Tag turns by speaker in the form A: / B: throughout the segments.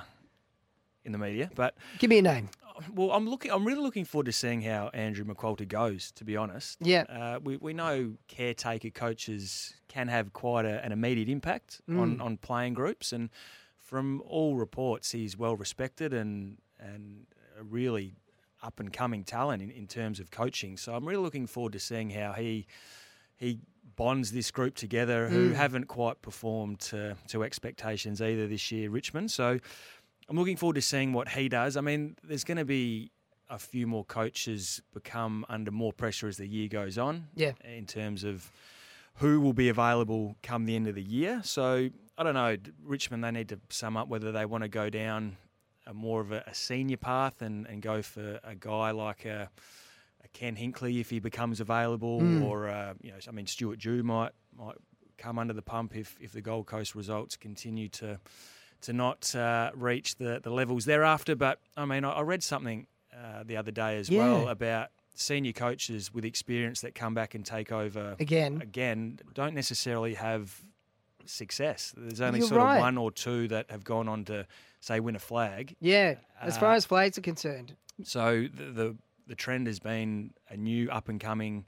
A: in the media. But
B: Give me a name.
A: well, I'm looking, I'm really looking forward to seeing how Andrew McQualter goes. To be honest,
B: Yeah.
A: uh, we we know caretaker coaches can have quite a, an immediate impact on on playing groups, and from all reports, he's well respected and and a really up and coming talent in, in terms of coaching. So I'm really looking forward to seeing how he he bonds this group together who haven't quite performed to, to expectations either this year, Richmond. So I'm looking forward to seeing what he does. I mean, there's going to be a few more coaches become under more pressure as the year goes on.
B: Yeah.
A: In terms of who will be available come the end of the year. So I don't know, d- Richmond, they need to sum up whether they want to go down a more of a, a senior path and, and go for a guy like a, a Ken Hinkley if he becomes available,
B: Hmm.
A: or uh, you know, I mean, Stuart Jew might might come under the pump if, if the Gold Coast results continue to to not uh, reach the, the levels thereafter. But I mean, I, I read something uh, the other day as well
B: Yeah.
A: about senior coaches with experience that come back and take over
B: Again.
A: again don't necessarily have success. There's only
B: You're
A: sort
B: right.
A: of one or two that have gone on to say win a flag.
B: Yeah, as
A: Uh,
B: far as flags are concerned.
A: So the the, the trend has been a new up and coming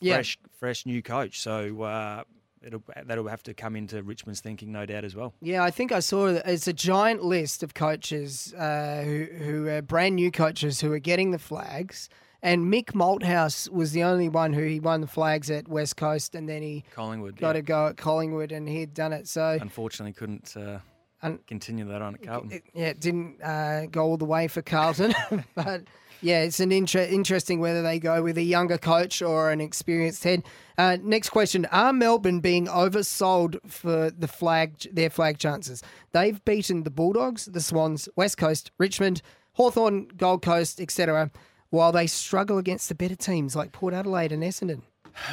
B: Yeah.
A: fresh fresh new coach. So uh, it'll that'll have to come into Richmond's thinking, no doubt, as well.
B: Yeah, I think I saw that it's a giant list of coaches uh, who, who are brand new coaches who are getting the flags. And Mick Malthouse was the only one who he won the flags at West Coast and then he
A: Collingwood,
B: got
A: yeah,
B: a go at Collingwood and he had done it. So
A: unfortunately, couldn't uh,
B: Un-
A: continue that on at Carlton.
B: it, yeah, it didn't uh, go all the way for Carlton, but Yeah, it's an inter- interesting whether they go with a younger coach or an experienced head. Uh, next question: Are Melbourne being oversold for the flag? Their flag chances. They've beaten the Bulldogs, the Swans, West Coast, Richmond, Hawthorn, Gold Coast, etc. While they struggle against the better teams like Port Adelaide and Essendon.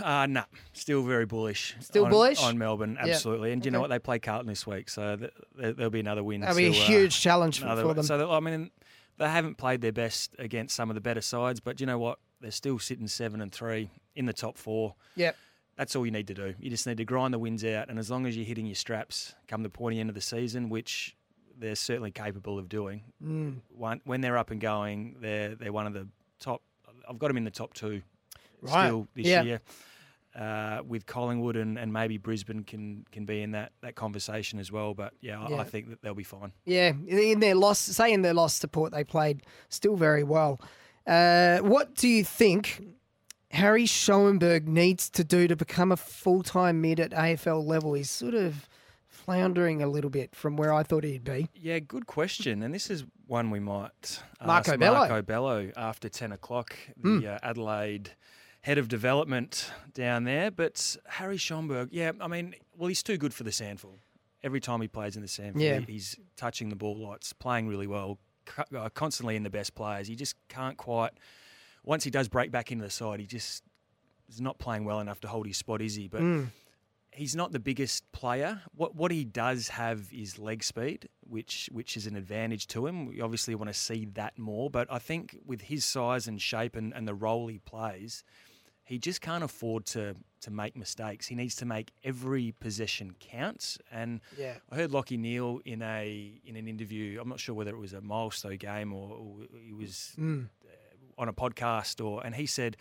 A: Uh, no, still very bullish.
B: Still
A: on,
B: bullish?
A: on Melbourne, absolutely. And do you know
B: Okay.
A: what? They play Carlton this week, so th- th- there'll be another win.
B: That'll be a
A: to, uh,
B: huge challenge for,
A: another
B: for
A: win.
B: them.
A: So that- I mean, they haven't played their best against some of the better sides, but do you know what? They're still sitting seven and three in the top four.
B: yep.
A: That's all you need to do. You just need to grind the wins out, and as long as you're hitting your straps, come the pointy end of the season, which they're certainly capable of doing.
B: Mm.
A: One, when they're up and going, they're they're one of the top. I've got them in the top two
B: Right.
A: still this
B: Yeah.
A: year. Uh, with Collingwood and, and maybe Brisbane can can be in that, that conversation as well, but yeah, I,
B: Yeah.
A: I think that they'll be fine.
B: Yeah, in their loss, say in their loss to Port, they played still very well. Uh, what do you think Harry Schoenberg needs to do to become a full time mid at AFL level? He's sort of floundering a little bit from where I thought he'd be.
A: Yeah, good question. And this is one we might ask
B: Marco Bello. Hmm.
A: Marco Bello after 10 o'clock, the uh, Adelaide head of development down there. But Harry Schomburg, yeah, I mean, well, he's too good for the sandful. Every time he plays in the sandful,
B: Yeah.
A: he- he's touching the ball lots, playing really well, co- uh, constantly in the best players. He just can't quite, once he does break back into the side, he just is not playing well enough to hold his spot, is he? But
B: Hmm.
A: he's not the biggest player. What what he does have is leg speed, which which is an advantage to him. We obviously want to see that more, but I think with his size and shape and, and the role he plays, he just can't afford to to make mistakes. He needs to make every possession count. And
B: Yeah.
A: I heard Lockie Neal in a in an interview. I'm not sure whether it was a milestone game or, or he was
B: Mm.
A: uh, on a podcast or, and he said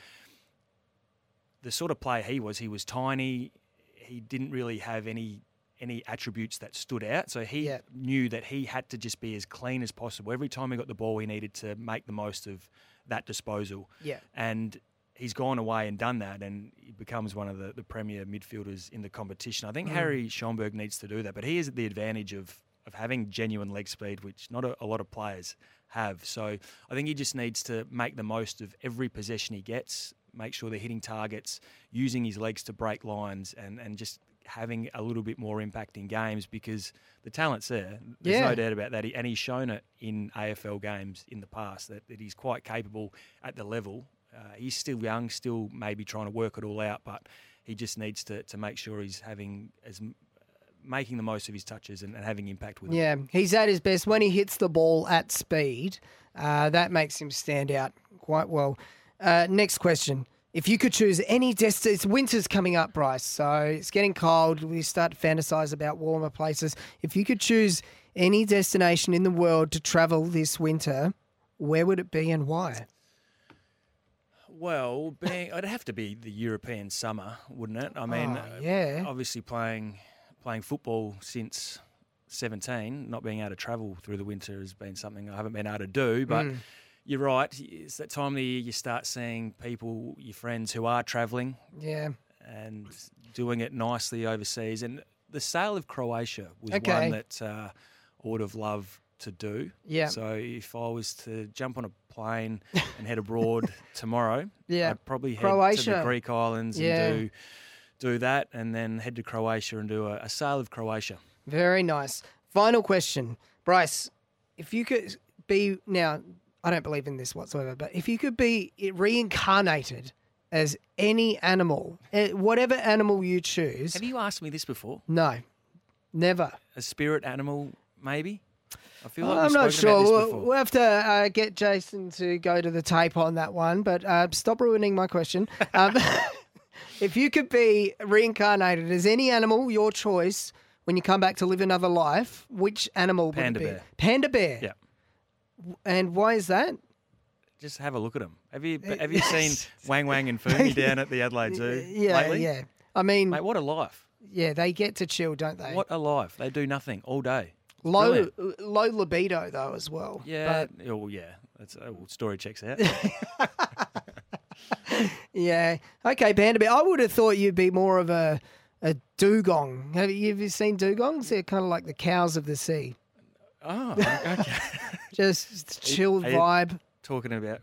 A: the sort of player he was, he was tiny. He didn't really have any any attributes that stood out. So he
B: Yeah.
A: knew that he had to just be as clean as possible. Every time he got the ball, he needed to make the most of that disposal.
B: Yeah.
A: And he's gone away and done that and he becomes one of the, the premier midfielders in the competition. I think Harry Schomburg needs to do that, but he has the advantage of of having genuine leg speed, which not a, a lot of players have. So I think he just needs to make the most of every possession he gets, make sure they're hitting targets, using his legs to break lines and, and just having a little bit more impact in games because the talent's there. There's
B: Yeah.
A: no doubt about that. He- And he's shown it in AFL games in the past that, that he's quite capable at the level. Uh, he's still young, still maybe trying to work it all out, but he just needs to, to make sure he's having as uh, making the most of his touches and, and having impact with it.
B: Yeah, he's at his best when he hits the ball at speed. Uh, that makes him stand out quite well. Uh, next question. If you could choose any destination, it's winter's coming up, Bryce. So it's getting cold. We start to fantasize about warmer places. If you could choose any destination in the world to travel this winter, where would it be and why?
A: Well, being, it'd have to be the European summer, wouldn't it? I mean,
B: Oh,
A: uh,
B: yeah.
A: Obviously, playing playing football since seventeen, not being able to travel through the winter has been something I haven't been able to do. But
B: Mm.
A: you're right; it's that time of the year you start seeing people, your friends who are travelling
B: Yeah.
A: and doing it nicely overseas. And the sale of Croatia was
B: Okay.
A: one that uh, I would have loved to do.
B: Yeah.
A: So if I was to jump on a plane and head abroad tomorrow,
B: Yeah.
A: I'd probably head to
B: Croatia.
A: the Greek islands
B: Yeah.
A: and do do that, and then head to Croatia and do a, a sale of Croatia.
B: Very nice. Final question, Bryce. If you could be now, I don't believe in this whatsoever, but if you could be reincarnated as any animal, eh, whatever animal you choose,
A: Have you asked me this before?
B: no, never.
A: A spirit animal, maybe? I feel like
B: I'm
A: we've
B: not
A: spoken about
B: sure.
A: this
B: We'll,
A: before.
B: we'll have to uh, get Jason to go to the tape on that one, but uh, stop ruining my question. Um, if you could be reincarnated as any animal, your choice, when you come back to live another life, which animal
A: Panda
B: would it be?
A: bear.
B: Panda bear.
A: Yeah.
B: And why is that?
A: just have a look at them. Have you have you seen Wang Wang and Fumi down at the Adelaide Zoo
B: Yeah,
A: lately?
B: yeah. I mean,
A: Mate, what a life!
B: yeah, they get to chill, don't they?
A: What a life! They do nothing all day.
B: low
A: brilliant.
B: low libido though as well.
A: Yeah. oh well, yeah. That's uh, well, story checks out.
B: Yeah. Okay, panda bear. I would have thought you'd be more of a a dugong. Have you, have you seen dugongs? They're kind of like the cows of the sea.
A: oh, okay.
B: Just chill
A: are you-
B: vibe.
A: Talking about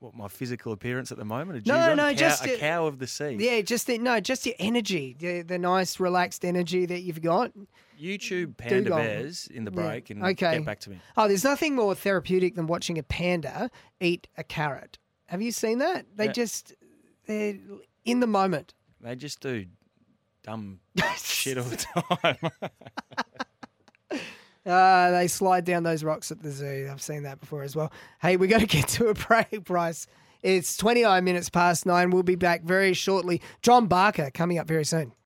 A: what my physical appearance at the moment. A
B: No,
A: Jew, I'm
B: no,
A: a cow,
B: just
A: a
B: it-
A: cow of the sea.
B: Yeah, just the, no, just your energy, the, the nice relaxed energy that you've got.
A: YouTube panda
B: Dugong.
A: bears in the
B: Yeah.
A: break and
B: Okay.
A: get back to me.
B: Oh, there's nothing more therapeutic than watching a panda eat a carrot. Have you seen that? They
A: Yeah.
B: just they're in the moment.
A: They just do dumb shit all the time.
B: Uh, they slide down those rocks at the zoo. I've seen that before as well. Hey, we got to get to a break, Bryce. It's 29 minutes past nine. We'll be back very shortly. John Barker coming up very soon.